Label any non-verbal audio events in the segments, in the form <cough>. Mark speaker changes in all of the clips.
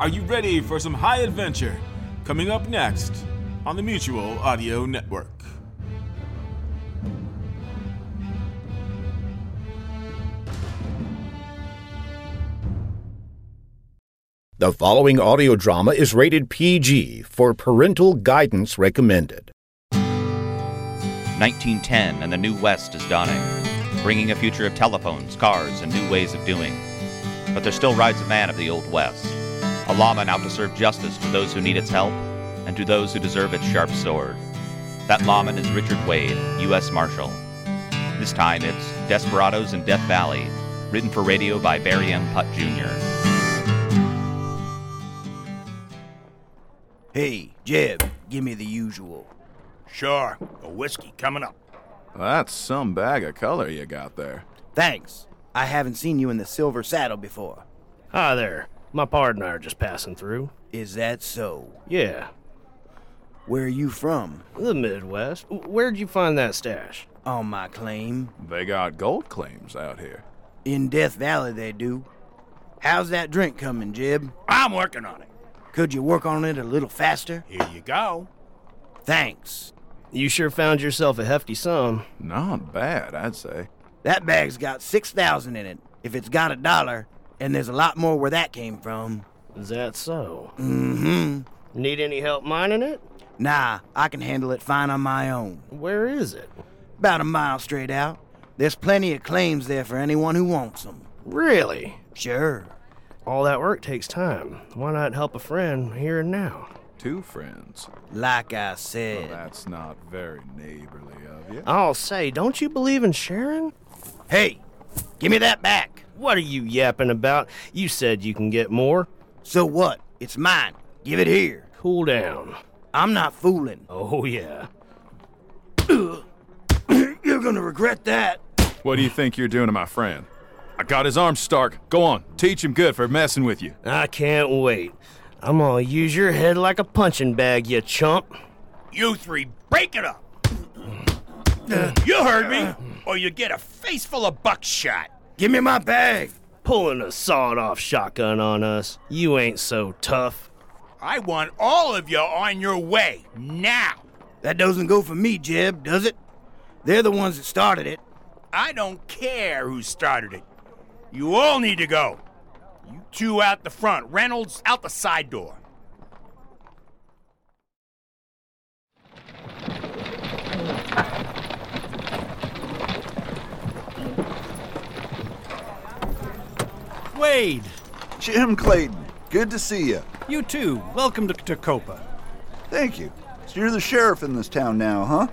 Speaker 1: Are you ready for some high adventure? Coming up next on the Mutual Audio Network.
Speaker 2: The following audio drama is rated PG for parental guidance recommended.
Speaker 3: 1910 and the new West is dawning, bringing a future of telephones, cars, and new ways of doing. But there still rides a man of the Old West, a lawman out to serve justice to those who need its help and to those who deserve its sharp sword. That lawman is Richard Wade, U.S. Marshal. This time it's Desperados in Death Valley, written for radio by Barry M. Putt Jr.
Speaker 4: Hey, Jeb, give me the usual.
Speaker 5: Sure, a whiskey coming up.
Speaker 6: That's some bag of color you got there.
Speaker 4: Thanks. I haven't seen you in the silver saddle before.
Speaker 7: Hi Ah, there. My pard and I are just passing through.
Speaker 4: Is that so?
Speaker 7: Yeah,
Speaker 4: Where are you from?
Speaker 7: the Midwest. W- Where'd you find that stash?
Speaker 4: On my claim.
Speaker 6: They got gold claims out here.
Speaker 4: In Death Valley, they do. How's that drink coming, Jeb?
Speaker 5: I'm working on it.
Speaker 4: Could you work on it a little faster?
Speaker 5: Here you go.
Speaker 4: Thanks.
Speaker 7: You sure found yourself a hefty sum.
Speaker 6: Not bad, I'd say.
Speaker 4: That bag's got 6,000 in it. If it's got a dollar, and there's a lot more where that came from.
Speaker 7: Is that so?
Speaker 4: Mm-hmm.
Speaker 7: Need any help mining it?
Speaker 4: Nah, I can handle it fine on my own.
Speaker 7: Where is it?
Speaker 4: About a mile straight out. There's plenty of claims there for anyone who wants 'em.
Speaker 7: Really?
Speaker 4: Sure.
Speaker 7: All that work takes time. Why not help a friend here and now?
Speaker 6: Two friends.
Speaker 4: Like I said.
Speaker 6: That's not very neighborly of you.
Speaker 7: I'll say, don't you believe in sharing?
Speaker 4: Hey, give me that back.
Speaker 7: What are you yapping about? You said you can get more.
Speaker 4: So what? It's mine. Give it here.
Speaker 7: Cool down.
Speaker 4: I'm not fooling. <clears throat>
Speaker 7: Oh, yeah.
Speaker 4: You're gonna regret that.
Speaker 6: What do you think you're doing to my friend? I got his arm, Stark. Go on, teach him good for messing with you.
Speaker 7: I can't wait. I'm gonna use your head like a punching bag, you chump.
Speaker 5: You three, break it up. You heard me, or you get a face full of buckshot.
Speaker 4: Give me my bag.
Speaker 7: pulling a sawed off shotgun on us. You ain't so tough.
Speaker 5: I want all of you on your way now.
Speaker 4: That doesn't go for me, Jeb, does it? They're the ones that started it.
Speaker 5: I don't care who started it. You all need to go. You two out the front, Reynolds out the side door.
Speaker 8: Wade,
Speaker 9: Jim Clayton, good to see you.
Speaker 8: you too. Welcome to Tacopa.
Speaker 9: Thank you. So you're the sheriff in this town now, huh?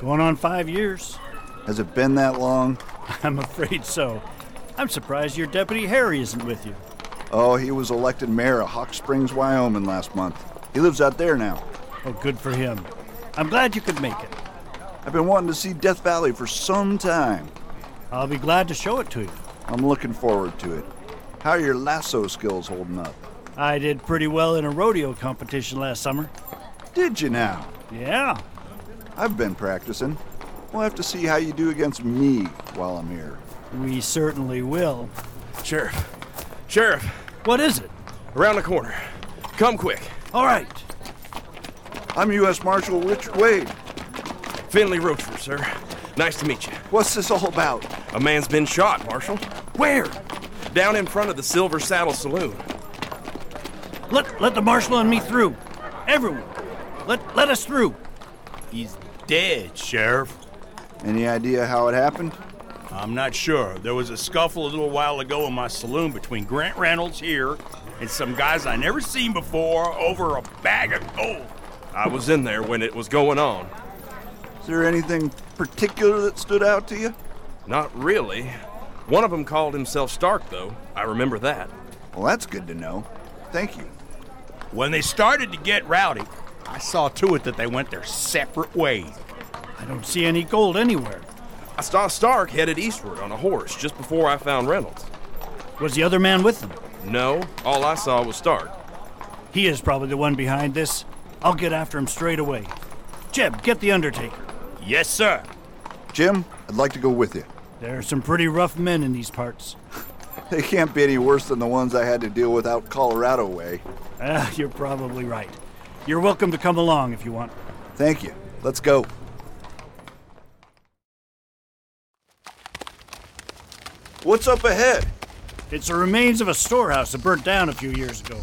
Speaker 8: Going on five years? <laughs>
Speaker 9: Has it been that long?
Speaker 8: I'm afraid so. I'm surprised your deputy Harry isn't with you.
Speaker 9: Oh, he was elected mayor of Hawk Springs, Wyoming last month. He lives out there now.
Speaker 8: Oh, good for him. I'm glad you could make it.
Speaker 9: I've been wanting to see Death Valley for some time.
Speaker 8: I'll be glad to show it to you.
Speaker 9: I'm looking forward to it. How are your lasso skills holding up?
Speaker 8: I did pretty well in a rodeo competition last summer.
Speaker 9: Did you now?
Speaker 8: Yeah,
Speaker 9: I've been practicing. We'll have to see how you do against me while I'm here.
Speaker 8: we certainly will.
Speaker 10: Sheriff. Sheriff,
Speaker 8: What is it?
Speaker 10: around the corner. Come quick.
Speaker 8: All right.
Speaker 9: I'm U.S. Marshal Richard Wade.
Speaker 10: Finley Rochford, sir. Nice to meet you.
Speaker 9: What's this all about?
Speaker 10: A man's been shot, Marshal. Where? Down in front of the Silver Saddle Saloon.
Speaker 8: Let let the marshal and me through. Everyone, let let us through.
Speaker 5: He's dead, Sheriff.
Speaker 9: Any idea how it happened?
Speaker 5: I'm not sure. There was a scuffle a little while ago in my saloon between Grant Reynolds here and some guys I never seen before over a bag of gold.
Speaker 10: I was in there when it was going on.
Speaker 9: Is there anything particular that stood out to you?
Speaker 10: Not really. One of them called himself Stark, though. I remember that.
Speaker 9: Well, that's good to know. Thank you.
Speaker 5: When they started to get rowdy, I saw to it that they went their separate ways. I don't see any gold anywhere.
Speaker 10: I saw Stark headed eastward on a horse just before I found Reynolds.
Speaker 4: Was the other man with them?
Speaker 10: No, all I saw was Stark.
Speaker 4: He is probably the one behind this. I'll get after him straight away. Jeb, get the Undertaker.
Speaker 5: Yes, sir.
Speaker 9: Jim, I'd like to go with you.
Speaker 4: There are some pretty rough men in these parts.
Speaker 9: They can't be any worse than the ones I had to deal with out Colorado way.
Speaker 4: Ah, you're probably right. You're welcome to come along if you want.
Speaker 9: Thank you. Let's go. What's up ahead?
Speaker 4: It's the remains of a storehouse that burnt down a few years ago.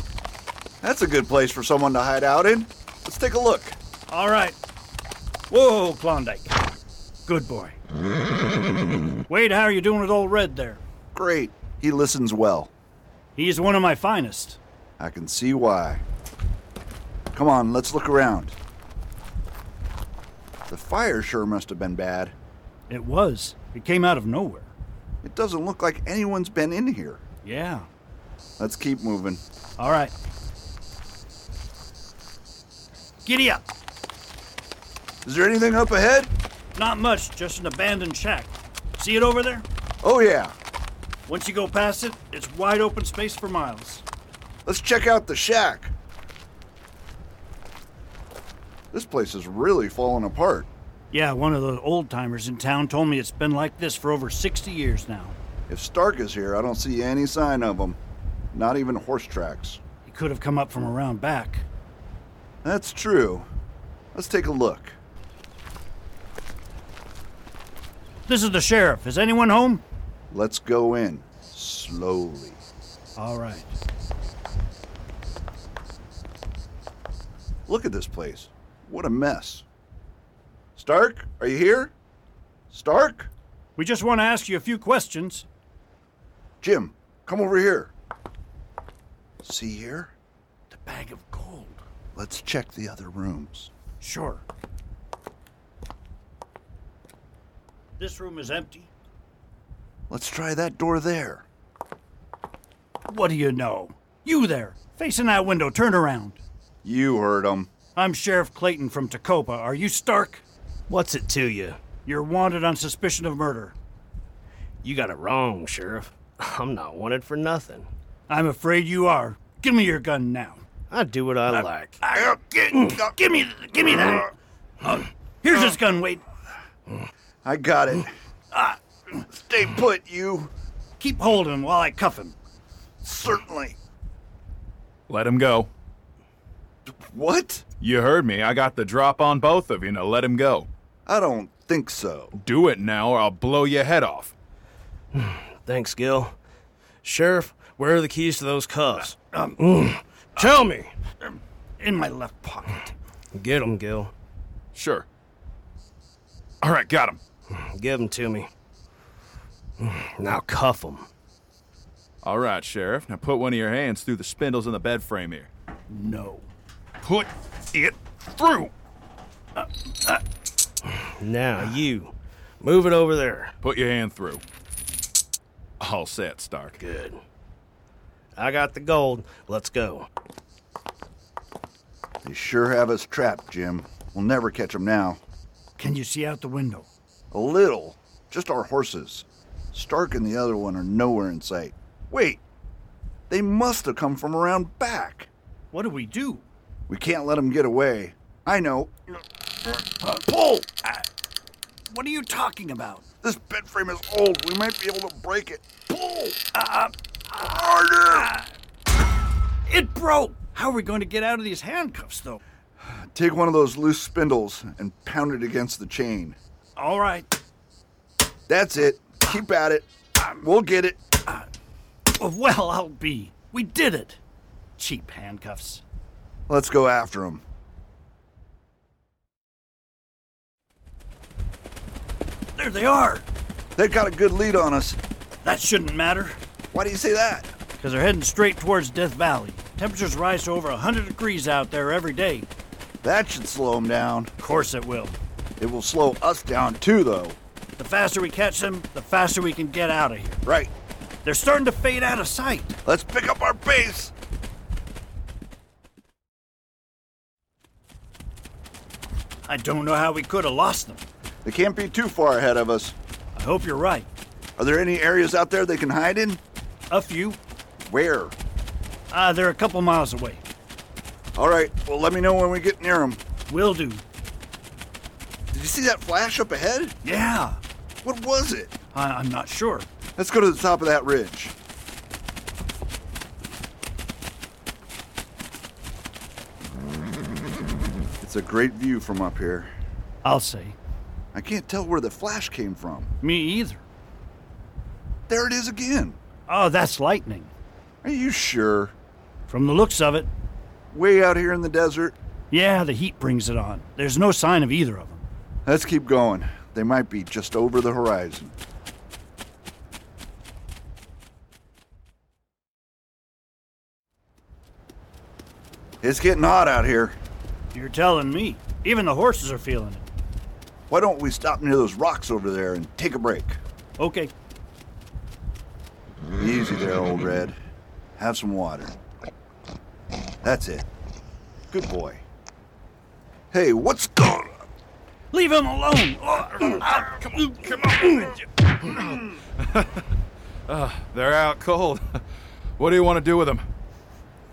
Speaker 9: That's a good place for someone to hide out in. Let's take a look.
Speaker 4: All right. Whoa, Klondike. Good boy. Wade, how are you doing with old Red there?
Speaker 9: Great. He listens well.
Speaker 4: He's one of my finest.
Speaker 9: I can see why. Come on, let's look around. The fire sure must have been bad.
Speaker 4: It was. It came out of nowhere.
Speaker 9: It doesn't look like anyone's been in here.
Speaker 4: Yeah.
Speaker 9: Let's keep moving.
Speaker 4: All right. Giddy up.
Speaker 9: Is there anything up ahead?
Speaker 4: Not much, just an abandoned shack. See it over there?
Speaker 9: Oh, yeah.
Speaker 4: Once you go past it, it's wide open space for miles.
Speaker 9: Let's check out the shack. This place is really falling apart.
Speaker 4: Yeah, one of the old timers in town told me it's been like this for over 60 years now.
Speaker 9: If Stark is here, I don't see any sign of him. Not even horse tracks.
Speaker 4: He could have come up from around back.
Speaker 9: That's true. Let's take a look.
Speaker 4: This is the sheriff. Is anyone home?
Speaker 9: Let's go in. Slowly.
Speaker 4: All right.
Speaker 9: Look at this place. What a mess. Stark, are you here? Stark?
Speaker 4: We just want to ask you a few questions.
Speaker 9: Jim, come over here. See here?
Speaker 4: The bag of gold.
Speaker 9: Let's check the other rooms.
Speaker 4: Sure. This room is empty.
Speaker 9: Let's try that door there.
Speaker 4: What do you know? You there, facing that window, turn around.
Speaker 9: You heard him.
Speaker 4: I'm Sheriff Clayton from Tacopa. Are you Stark?
Speaker 7: What's it to you?
Speaker 4: You're wanted on suspicion of murder.
Speaker 7: You got it wrong, Sheriff. <laughs> I'm not wanted for nothing.
Speaker 4: I'm afraid you are. Give me your gun now.
Speaker 7: I do what I, like.
Speaker 4: Ah, gi- give me, give me that. Uh, here's this gun, Wade.
Speaker 9: I got it.
Speaker 4: Ah,
Speaker 9: Stay put, you.
Speaker 4: Keep holding him while I cuff him.
Speaker 9: Certainly.
Speaker 6: Let him go.
Speaker 9: What?
Speaker 6: You heard me. I got the drop on both of you. Now let him go.
Speaker 9: I don't think so.
Speaker 6: Do it now, or I'll blow your head off.
Speaker 7: Thanks, Gil. Sheriff, where are the keys to those cuffs?
Speaker 4: Uh, um,
Speaker 7: Mm. Tell me.
Speaker 4: In my left pocket.
Speaker 7: Get 'em, Gil.
Speaker 6: Sure. All right, got him.
Speaker 7: Give 'em to me. Mm. Now cuff 'em.
Speaker 6: All right, Sheriff. Now put one of your hands through the spindles in the bed frame here.
Speaker 4: No.
Speaker 6: Put it through.
Speaker 7: Now you. Move it over there.
Speaker 6: Put your hand through. All set, Stark.
Speaker 7: Good. I got the gold. Let's go.
Speaker 9: They sure have us trapped, Jim. We'll never catch 'em now.
Speaker 4: Can you see out the window?
Speaker 9: A little. Just our horses. Stark and the other one are nowhere in sight. Wait. They must have come from around back.
Speaker 4: What do we do?
Speaker 9: We can't let 'em get away. I know.
Speaker 4: Pull! What are you talking about?
Speaker 9: This bed frame is old. We might be able to break it. Pull!
Speaker 4: It broke! How are we going to get out of these handcuffs, though?
Speaker 9: Take one of those loose spindles and pound it against the chain.
Speaker 4: All right.
Speaker 9: That's it. Keep at it. We'll get it.
Speaker 4: Well, I'll be. We did it. Cheap handcuffs.
Speaker 9: Let's go after 'em.
Speaker 4: There they are.
Speaker 9: They've got a good lead on us.
Speaker 4: That shouldn't matter,
Speaker 9: Why do you say that?
Speaker 4: because they're heading straight towards Death Valley. Temperatures rise to over 100 degrees out there every day.
Speaker 9: That should slow 'em down.
Speaker 4: Of course it will.
Speaker 9: It will slow us down too, though.
Speaker 4: The faster we catch them, the faster we can get out of here.
Speaker 9: Right.
Speaker 4: They're starting to fade out of sight.
Speaker 9: Let's pick up our pace.
Speaker 4: I don't know how we could have lost them.
Speaker 9: They can't be too far ahead of us.
Speaker 4: I hope you're right.
Speaker 9: Are there any areas out there they can hide in?
Speaker 4: A few.
Speaker 9: Where?
Speaker 4: Uh, they're a couple miles away.
Speaker 9: All right, well, let me know when we get near them.
Speaker 4: Will do.
Speaker 9: Did you see that flash up ahead?
Speaker 4: Yeah.
Speaker 9: What was it?
Speaker 4: I- I'm not sure.
Speaker 9: Let's go to the top of that ridge. It's a great view from up here.
Speaker 4: I'll say.
Speaker 9: I can't tell where the flash came from.
Speaker 4: Me either.
Speaker 9: There it is again.
Speaker 4: Oh, that's lightning.
Speaker 9: Are you sure?
Speaker 4: From the looks of it.
Speaker 9: Way out here in the desert.
Speaker 4: Yeah, the heat brings it on. There's no sign of either of them.
Speaker 9: Let's keep going. They might be just over the horizon. It's getting hot out here.
Speaker 4: You're telling me. Even the horses are feeling it.
Speaker 9: Why don't we stop near those rocks over there and take a break?
Speaker 4: Okay.
Speaker 9: Easy there, old Red. Have some water. That's it. Good boy. Hey, what's going on?
Speaker 4: Leave him alone.
Speaker 5: Ah, come on, come on.
Speaker 6: Uh, they're out cold. <laughs> what do you want to do with them?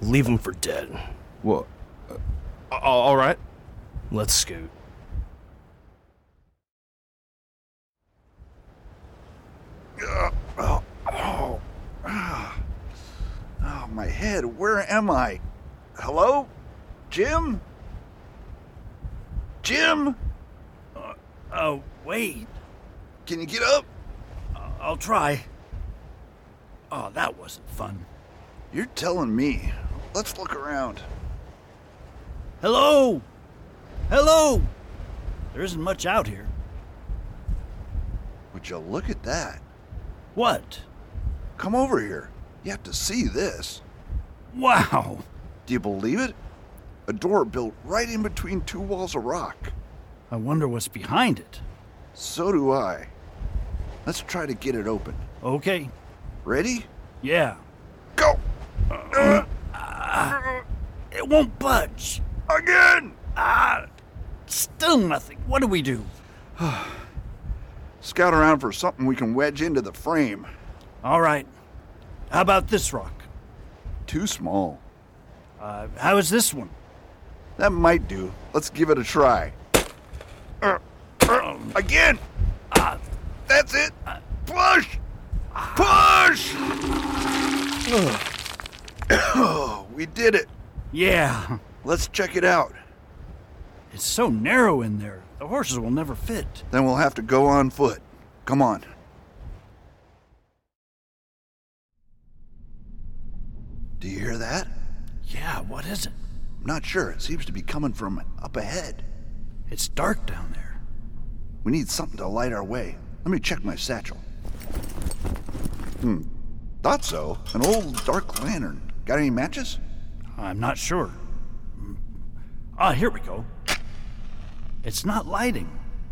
Speaker 7: Leave them for dead.
Speaker 6: What? all right. <laughs>
Speaker 7: Let's scoot.
Speaker 9: Oh, oh, ah. oh, my head. Where am I? Hello? Jim? Jim?
Speaker 4: Oh, wait.
Speaker 9: Can you get up?
Speaker 4: I'll try. Oh, that wasn't fun.
Speaker 9: You're telling me. Let's look around.
Speaker 4: Hello! Hello! There isn't much out here.
Speaker 9: Would you look at that?
Speaker 4: What?
Speaker 9: Come over here. You have to see this.
Speaker 4: Wow!
Speaker 9: Do you believe it? A door built right in between two walls of rock.
Speaker 4: I wonder what's behind it.
Speaker 9: So do I. Let's try to get it open.
Speaker 4: Okay.
Speaker 9: Ready?
Speaker 4: Yeah.
Speaker 9: Go!
Speaker 4: It won't budge.
Speaker 9: Again!
Speaker 4: Ah! Still nothing. What do we do?
Speaker 9: Scout around for something we can wedge into the frame.
Speaker 4: All right. How about this rock?
Speaker 9: Too small.
Speaker 4: Uh, how is this one?
Speaker 9: That might do. Let's give it a try. Uh, uh, Again! That's it! Push! Push! <coughs> we did it.
Speaker 4: Yeah. <laughs>
Speaker 9: Let's check it out.
Speaker 4: It's so narrow in there. The horses will never fit.
Speaker 9: Then we'll have to go on foot. Come on. Do you hear that?
Speaker 4: Yeah, what is it?
Speaker 9: I'm not sure. It seems to be coming from up ahead.
Speaker 4: It's dark down there.
Speaker 9: We need something to light our way. Let me check my satchel. Hmm. Thought so. An old dark lantern. Got any matches?
Speaker 4: I'm not sure. Mm. Ah, here we go. It's not lighting.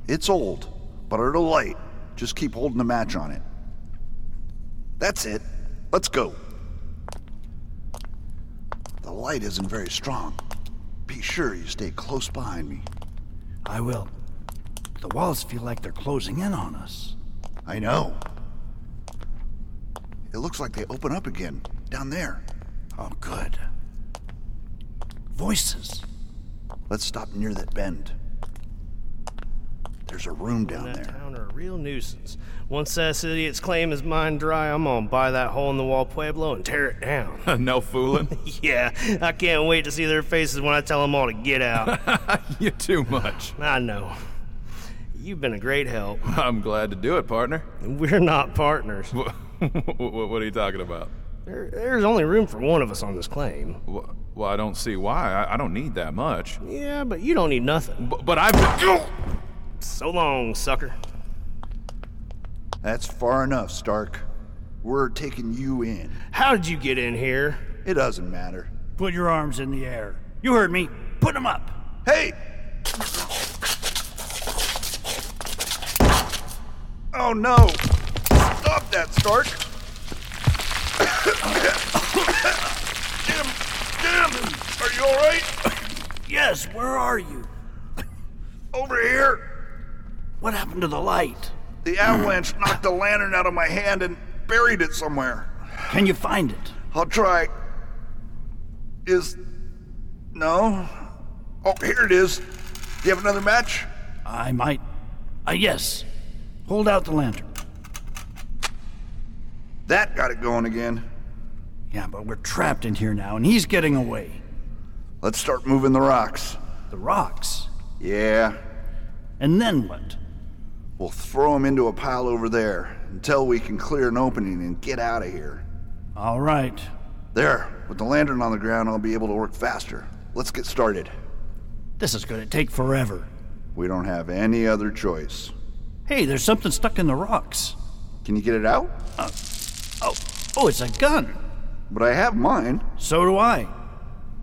Speaker 9: It's old, but it'll light. Just keep holding the match on it. That's it. Let's go. The light isn't very strong. Be sure you stay close behind me.
Speaker 4: I will. The walls feel like they're closing in on us.
Speaker 9: I
Speaker 4: Oh.
Speaker 9: know. It looks like they open up again, down there.
Speaker 4: Oh, good. Voices.
Speaker 9: Let's stop near that bend. There's a room down
Speaker 7: that
Speaker 9: there.
Speaker 7: town are a real nuisance. Once that idiot's claim is mine dry, I'm gonna buy that hole in the wall pueblo and tear it down.
Speaker 6: no fooling.
Speaker 7: <laughs>
Speaker 6: <laughs>
Speaker 7: yeah, I can't wait to see their faces when I tell them all to get <laughs> out.
Speaker 6: You're too much.
Speaker 7: I know. You've been a great help.
Speaker 6: I'm glad to do it, partner. <laughs>
Speaker 7: We're not partners.
Speaker 6: What, what are you talking about?
Speaker 7: There, there's only room for one of us on this claim.
Speaker 6: Wh- Well, I don't see why. I, I don't need that much.
Speaker 7: Yeah, but you don't need nothing.
Speaker 6: B- but I've.
Speaker 7: So long, sucker.
Speaker 9: That's far enough, Stark. We're taking you in.
Speaker 7: How did you get in here?
Speaker 9: It doesn't matter.
Speaker 4: Put your arms in the air. You heard me. Put them up.
Speaker 9: Hey! Oh no! Stop that, Stark!
Speaker 5: Jim! Jim! Are you alright?
Speaker 4: Yes, where are you?
Speaker 9: Over here.
Speaker 4: What happened to the light?
Speaker 9: The avalanche knocked the lantern out of my hand and buried it somewhere.
Speaker 4: Can you find it?
Speaker 9: I'll try. Is. No? Oh, here it is. You have another match?
Speaker 4: I might. Uh, yes. Hold out the lantern.
Speaker 9: That got it going again.
Speaker 4: Yeah, but we're trapped in here now, and he's getting away.
Speaker 9: Let's start moving the rocks.
Speaker 4: The rocks?
Speaker 9: Yeah.
Speaker 4: And then what?
Speaker 9: We'll throw them into a pile over there until we can clear an opening and get out of here.
Speaker 4: All right.
Speaker 9: There, with the lantern on the ground, I'll be able to work faster. Let's get started.
Speaker 4: This is gonna take forever.
Speaker 9: We don't have any other choice.
Speaker 4: Hey, there's something stuck in the rocks.
Speaker 9: Can you get it out?
Speaker 4: Oh, oh, it's a gun.
Speaker 9: But I have mine.
Speaker 4: So do I.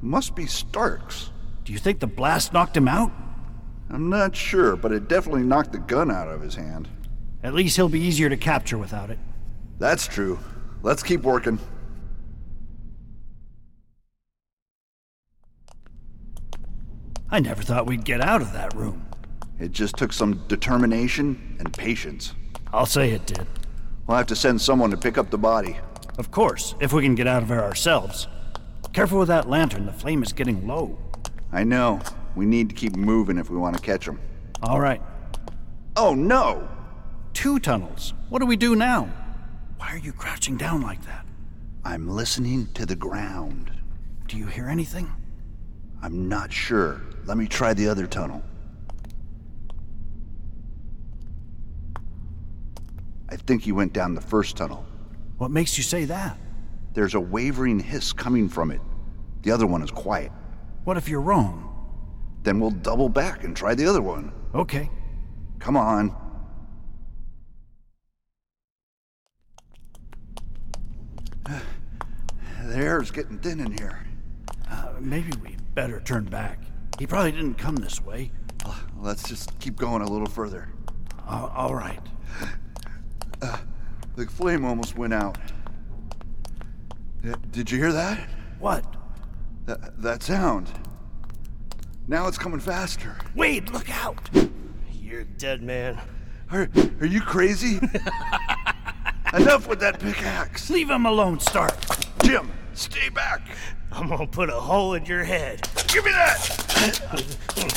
Speaker 9: Must be Stark's.
Speaker 4: Do you think the blast knocked him out?
Speaker 9: I'm not sure, but it definitely knocked the gun out of his hand.
Speaker 4: At least he'll be easier to capture without it.
Speaker 9: That's true. Let's keep working.
Speaker 4: I never thought we'd get out of that room.
Speaker 9: It just took some determination and patience.
Speaker 4: I'll say it did.
Speaker 9: We'll have to send someone to pick up the body.
Speaker 4: Of course, if we can get out of there ourselves. Careful with that lantern, the flame is getting low.
Speaker 9: I know. We need to keep moving if we want to catch them.
Speaker 4: All right.
Speaker 9: Oh no!
Speaker 4: Two tunnels. What do we do now? Why are you crouching down like that?
Speaker 9: I'm listening to the ground.
Speaker 4: Do you hear anything?
Speaker 9: I'm not sure. Let me try the other tunnel. I think you went down the first tunnel.
Speaker 4: What makes you say that?
Speaker 9: There's a wavering hiss coming from it. The other one is quiet.
Speaker 4: What if you're wrong?
Speaker 9: Then we'll double back and try the other one.
Speaker 4: Okay.
Speaker 9: Come on. <sighs> The air is getting thin in here.
Speaker 4: Uh, maybe we better turn back. He probably didn't come this way.
Speaker 9: Let's just keep going a little further.
Speaker 4: Uh, all right.
Speaker 9: The flame almost went out. Th- Did you hear that?
Speaker 4: What?
Speaker 9: That, that sound. Now it's coming faster.
Speaker 4: Wade, look out!
Speaker 7: You're dead, man.
Speaker 9: Are, are you crazy? Enough with that pickaxe.
Speaker 4: Leave him alone, Stark.
Speaker 9: Jim, stay back.
Speaker 7: I'm gonna put a hole in your head.
Speaker 9: Give me that.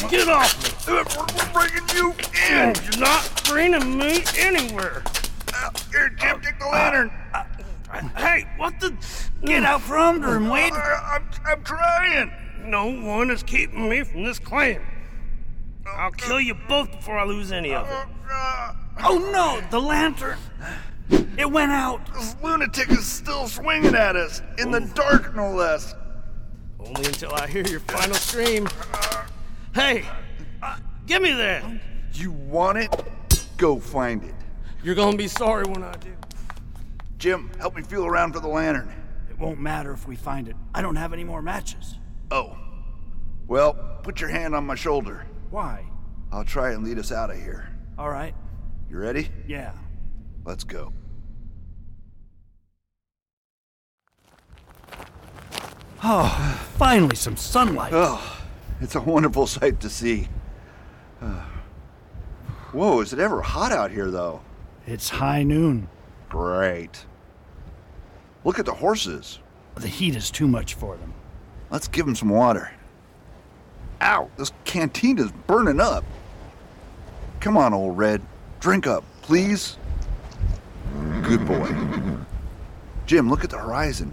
Speaker 9: Uh,
Speaker 7: Get off me!
Speaker 9: We're, we're bringing you in.
Speaker 7: You're not bringing me anywhere.
Speaker 9: Uh, Here, Jim, take the lantern.
Speaker 7: Hey, what the? Get out from under him, Wade.
Speaker 9: Uh, I'm, I'm trying.
Speaker 7: No one is keeping me from this claim. I'll kill you both before I lose any of it.
Speaker 9: Uh,
Speaker 4: Oh no, the lantern! It went out!
Speaker 9: this lunatic is still swinging at us in the dark, no less.
Speaker 7: Only until I hear your final scream. Hey, uh, give me that.
Speaker 9: You want it? Go find it.
Speaker 7: You're gonna be sorry when I do.
Speaker 9: Jim, help me feel around for the lantern.
Speaker 4: It won't matter if we find it. I don't have any more matches.
Speaker 9: Oh. Well, put your hand on my shoulder.
Speaker 4: Why?
Speaker 9: I'll try and lead us out of here.
Speaker 4: All right.
Speaker 9: You ready?
Speaker 4: Yeah.
Speaker 9: Let's go.
Speaker 4: Oh, Finally, some sunlight.
Speaker 9: Oh, it's a wonderful sight to see. <sighs> Uh, whoa, is it ever hot out here, though?
Speaker 4: It's high noon.
Speaker 9: Great. Look at the horses.
Speaker 4: The heat is too much for them.
Speaker 9: Let's give them some water. Ow, this canteen is burning up. Come on, old Red. Drink up, please. Good boy. Jim, look at the horizon.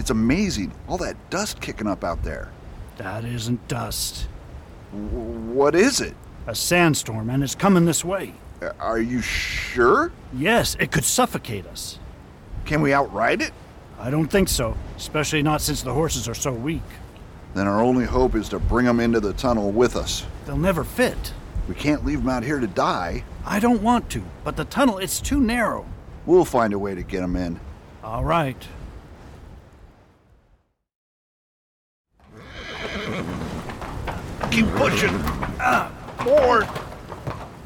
Speaker 9: It's amazing, all that dust kicking up out there.
Speaker 4: That isn't dust.
Speaker 9: W- what is it?
Speaker 4: A sandstorm, and it's coming this way.
Speaker 9: A- Are you sure?
Speaker 4: Yes, it could suffocate us.
Speaker 9: Can we outride it?
Speaker 4: I don't think so, especially not since the horses are so weak.
Speaker 9: Then our only hope is to bring them into the tunnel with us.
Speaker 4: They'll never fit.
Speaker 9: We can't leave them out here to die.
Speaker 4: I don't want to, but the tunnel, it's too narrow.
Speaker 9: We'll find a way to get them in.
Speaker 4: All right.
Speaker 9: Keep pushing. Ah, forward.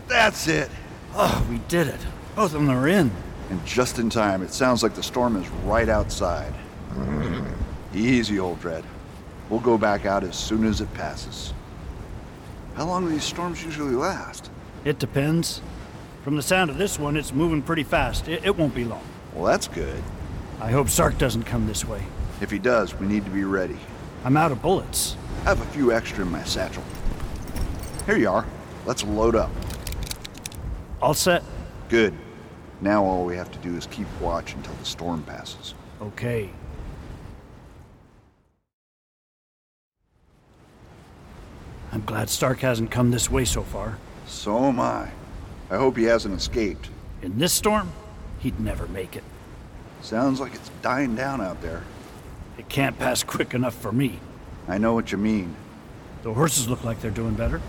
Speaker 9: That's it.
Speaker 4: Oh, we did it. Both of them are in.
Speaker 9: And just in time, it sounds like the storm is right outside. Easy, old Red. We'll go back out as soon as it passes. How long do these storms usually last?
Speaker 4: It depends. From the sound of this one, it's moving pretty fast. It, it won't be long.
Speaker 9: Well, that's good.
Speaker 4: I hope Sark doesn't come this way.
Speaker 9: If he does, we need to be ready.
Speaker 4: I'm out of bullets.
Speaker 9: I have a few extra in my satchel. Here you are. Let's load up.
Speaker 4: All set.
Speaker 9: Good. Now all we have to do is keep watch until the storm passes.
Speaker 4: Okay. I'm glad Stark hasn't come this way so far.
Speaker 9: So am I. I hope he hasn't escaped.
Speaker 4: In this storm, he'd never make it.
Speaker 9: Sounds like it's dying down out there.
Speaker 4: It can't pass quick enough for me.
Speaker 9: I know what you mean.
Speaker 4: The horses look like they're doing better.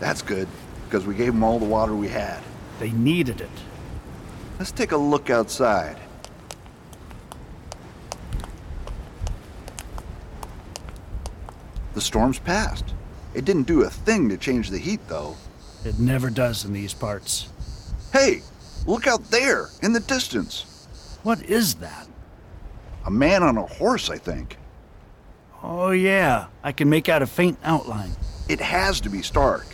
Speaker 9: That's good, because we gave them all the water we had.
Speaker 4: They needed it.
Speaker 9: Let's take a look outside. The storm's passed. It didn't do a thing to change the heat, though.
Speaker 4: It never does in these parts.
Speaker 9: Hey, look out there, in the distance.
Speaker 4: What is that?
Speaker 9: A man on a horse, I think.
Speaker 4: Oh, yeah. I can make out a faint outline.
Speaker 9: It has to be Stark.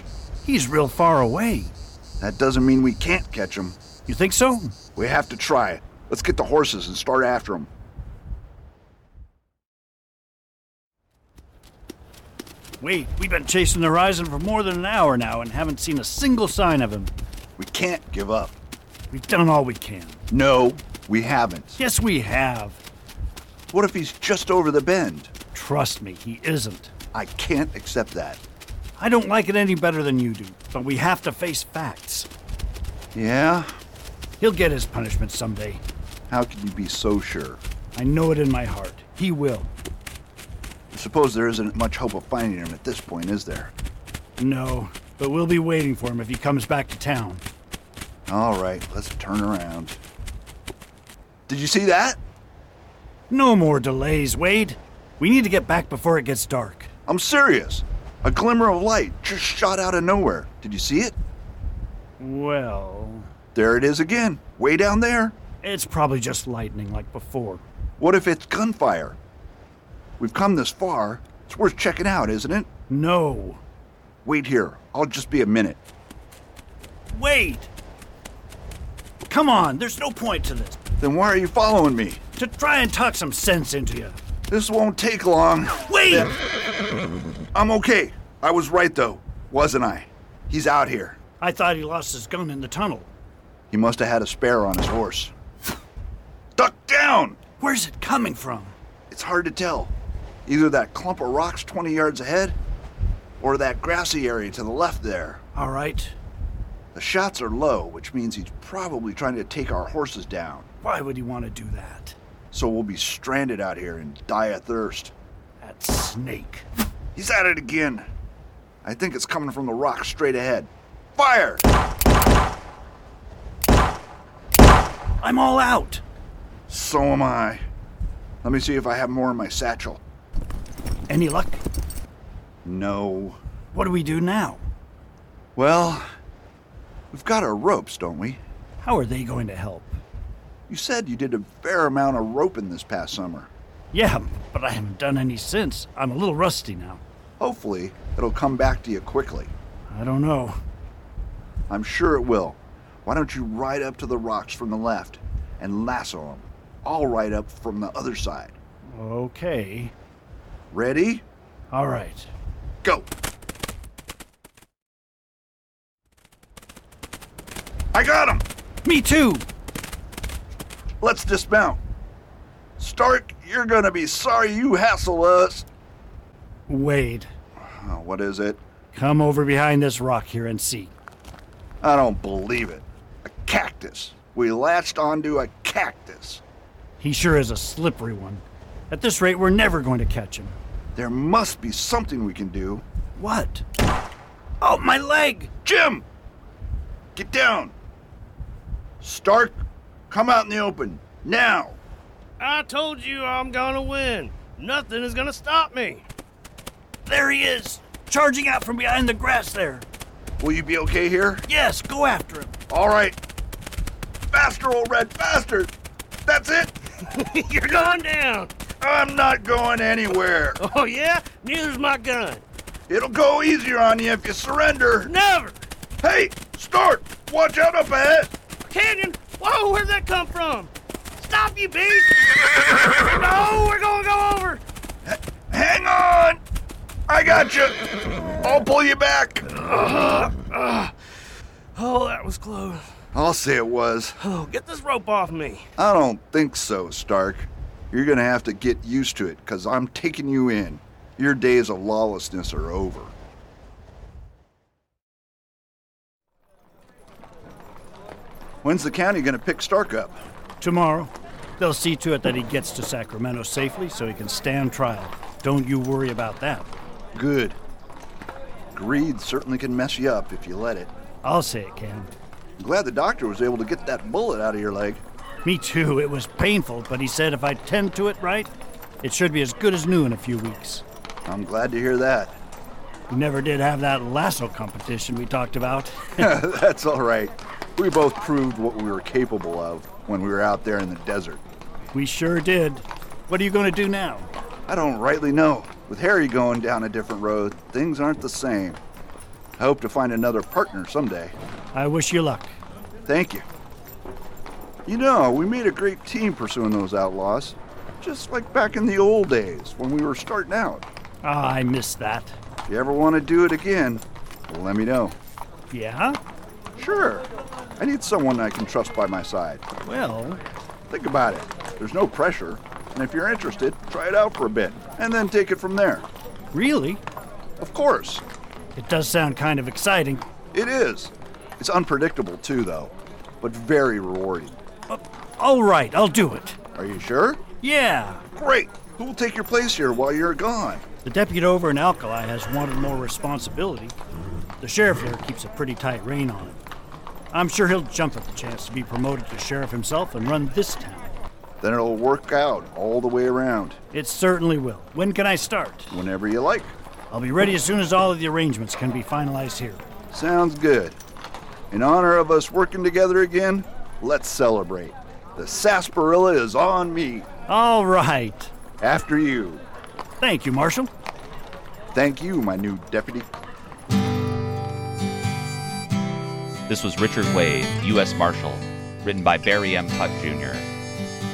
Speaker 4: He's real far away.
Speaker 9: That doesn't mean we can't catch him.
Speaker 4: You think so?
Speaker 9: We have to try it. Let's get the horses and start after him.
Speaker 4: Wait, we've been chasing the horizon for more than an hour now and haven't seen a single sign of him.
Speaker 9: We can't give up.
Speaker 4: We've done all we can.
Speaker 9: No, we haven't.
Speaker 4: Yes, we have.
Speaker 9: What if he's just over the bend?
Speaker 4: Trust me, he isn't.
Speaker 9: I can't accept that.
Speaker 4: I don't like it any better than you do, but we have to face facts.
Speaker 9: Yeah?
Speaker 4: He'll get his punishment someday.
Speaker 9: How can you be so sure?
Speaker 4: I know it in my heart. He will.
Speaker 9: I suppose there isn't much hope of finding him at this point, is there?
Speaker 4: No, but we'll be waiting for him if he comes back to town.
Speaker 9: All right, let's turn around. Did you see that?
Speaker 4: No more delays, Wade. We need to get back before it gets dark.
Speaker 9: I'm serious. A glimmer of light just shot out of nowhere. Did you see it?
Speaker 4: Well,
Speaker 9: There it is again, way down there.
Speaker 4: it's probably just lightning like before.
Speaker 9: What if it's gunfire? We've come this far. It's worth checking out, isn't it?
Speaker 4: No.
Speaker 9: Wait here. I'll just be a minute.
Speaker 4: Wade! Come on, there's no point to this.
Speaker 9: Then why are you following me?
Speaker 4: To try and talk some sense into you.
Speaker 9: This won't take long.
Speaker 4: Wade!
Speaker 9: I'm okay. I was right, though, wasn't I? He's out here.
Speaker 4: I thought he lost his gun in the tunnel.
Speaker 9: He must have had a spare on his horse. <sighs> Duck down!
Speaker 4: Where's it coming from?
Speaker 9: It's hard to tell. Either that clump of rocks 20 yards ahead, or that grassy area to the left there.
Speaker 4: All right.
Speaker 9: The shots are low, which means he's probably trying to take our horses down.
Speaker 4: Why would he want to do that?
Speaker 9: So we'll be stranded out here and die of thirst.
Speaker 4: That snake.
Speaker 9: He's at it again. I think it's coming from the rock straight ahead. Fire!
Speaker 4: I'm all out.
Speaker 9: So am I. Let me see if I have more in my satchel.
Speaker 4: Any luck?
Speaker 9: No.
Speaker 4: What do we do now?
Speaker 9: Well, we've got our ropes, don't we?
Speaker 4: How are they going to help?
Speaker 9: You said you did a fair amount of roping this past summer.
Speaker 4: Yeah, but I haven't done any since. I'm a little rusty now.
Speaker 9: Hopefully, it'll come back to you quickly.
Speaker 4: I don't know.
Speaker 9: I'm sure it will. Why don't you ride up to the rocks from the left and lasso them? I'll ride up from the other side.
Speaker 4: Okay.
Speaker 9: Ready?
Speaker 4: All right.
Speaker 9: Go! I got him!
Speaker 4: Me too.
Speaker 9: Let's dismount. Stark, you're gonna be sorry you hassled us.
Speaker 4: Wade,
Speaker 9: Oh, what is it?
Speaker 4: come over behind this rock here and see.
Speaker 9: I don't believe it. A cactus. We latched onto a cactus.
Speaker 4: He sure is a slippery one. At this rate, we're never going to catch him.
Speaker 9: There must be something we can do.
Speaker 4: What? Oh, my leg!
Speaker 9: Jim! Get down! Stark, come out in the open. Now!
Speaker 11: I told you I'm gonna win. Nothing is gonna stop me.
Speaker 4: There he is, charging out from behind the grass there.
Speaker 9: Will you be okay here?
Speaker 4: Yes, go after him.
Speaker 9: All right. Faster, old Red, faster! That's it!
Speaker 11: You're going down.
Speaker 12: I'm not going anywhere.
Speaker 11: Oh, yeah? Neither's my gun.
Speaker 12: It'll go easier on you if you surrender.
Speaker 11: Never!
Speaker 12: Hey, Stark! Watch out up ahead!
Speaker 11: Canyon! Whoa, where'd that come from? Stop, you beast! no, we're gonna go over!
Speaker 12: Hang on! I got you! I'll pull you back!
Speaker 11: Oh, that was close.
Speaker 9: I'll say it was.
Speaker 11: <sighs> Oh, get this rope off me.
Speaker 9: I don't think so, Stark. You're gonna have to get used to it, because I'm taking you in. Your days of lawlessness are over. When's the county gonna pick Stark up?
Speaker 4: Tomorrow, they'll see to it that he gets to Sacramento safely so he can stand trial. Don't you worry about that.
Speaker 9: Good. Greed certainly can mess you up if you let it.
Speaker 4: I'll say it can.
Speaker 9: I'm glad the doctor was able to get that bullet out of your leg.
Speaker 4: Me too. It was painful, but he said if I tend to it right, it should be as good as new in a few weeks.
Speaker 9: I'm glad to hear that. <laughs>
Speaker 4: We never did have that lasso competition we talked about. <laughs>
Speaker 9: That's all right. We both proved what we were capable of when we were out there in the desert.
Speaker 4: We sure did. What are you going to do now?
Speaker 9: I don't rightly know. With Harry going down a different road, things aren't the same. I hope to find another partner someday.
Speaker 4: I wish you luck.
Speaker 9: Thank you. You know, we made a great team pursuing those outlaws, just like back in the old days when we were starting out.
Speaker 4: Ah, I miss that.
Speaker 9: If you ever want to do it again, let me know.
Speaker 4: Yeah?
Speaker 9: Sure. I need someone I can trust by my side.
Speaker 4: Well,
Speaker 9: Think about it. There's no pressure, and if you're interested, try it out for a bit, and then take it from there.
Speaker 4: Really?
Speaker 9: Of course.
Speaker 4: It does sound kind of exciting.
Speaker 9: It is. It's unpredictable, too, though, but very rewarding.
Speaker 4: All right, I'll do it.
Speaker 9: Are you sure?
Speaker 4: Yeah.
Speaker 9: Great. Who will take your place here while you're gone?
Speaker 4: The deputy over in Alkali has wanted more responsibility. The sheriff here keeps a pretty tight rein on him. I'm sure he'll jump at the chance to be promoted to sheriff himself and run this town.
Speaker 9: Then it'll work out all the way around,
Speaker 4: It certainly will. When can I start?
Speaker 9: whenever you like.
Speaker 4: I'll be ready as soon as all of the arrangements can be finalized here.
Speaker 9: Sounds good. In honor of us working together again, let's celebrate. The sarsaparilla is on me.
Speaker 4: All right.
Speaker 9: After you.
Speaker 4: Thank you, Marshal.
Speaker 9: Thank you, my new deputy.
Speaker 3: This was Richard Wade, U.S. Marshal, written by Barry M. Putt Jr.,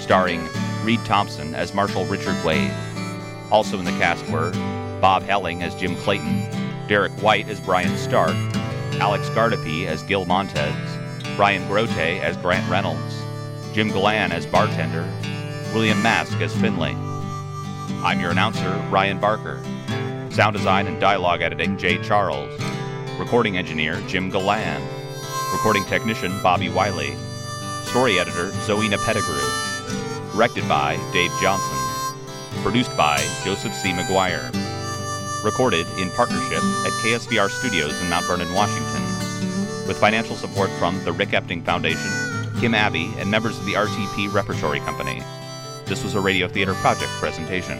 Speaker 3: starring Reed Thompson as Marshal Richard Wade. Also in the cast were Bob Helling as Jim Clayton, Derek White as Brian Stark, Alex Gardapi as Gil Montez, Brian Grote as Grant Reynolds, Jim Galan as Bartender, William Mask as Finley. I'm your announcer, Ryan Barker. Sound design and dialogue editing, Jay Charles. Recording engineer, Jim Galan. Recording technician, Bobby Wiley. Story editor, Zoena Pettigrew. Directed by Dave Johnson. Produced by Joseph C. McGuire. Recorded in partnership at KSVR Studios in Mount Vernon, Washington, with financial support from the Rick Epting Foundation, Kim Abbey, and members of the RTP Repertory Company. This was a Radio Theater Project presentation.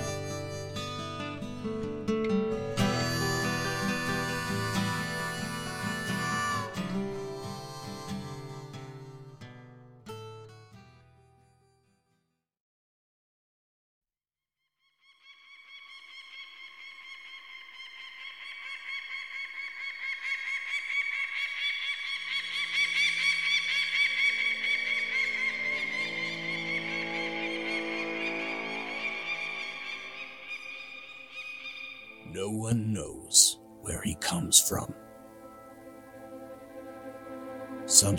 Speaker 13: No one knows where he comes from. Some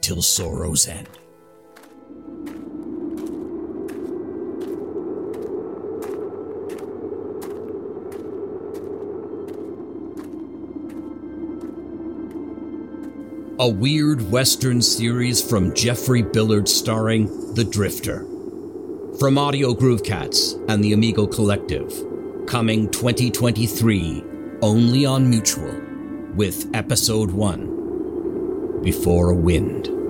Speaker 7: till sorrow's end. A weird Western series from Jeffrey Billard starring The Drifter. From Audio Groove Cats and the Amigo Collective. Coming 2023, only on Mutual, with Episode 1 Before a Wind.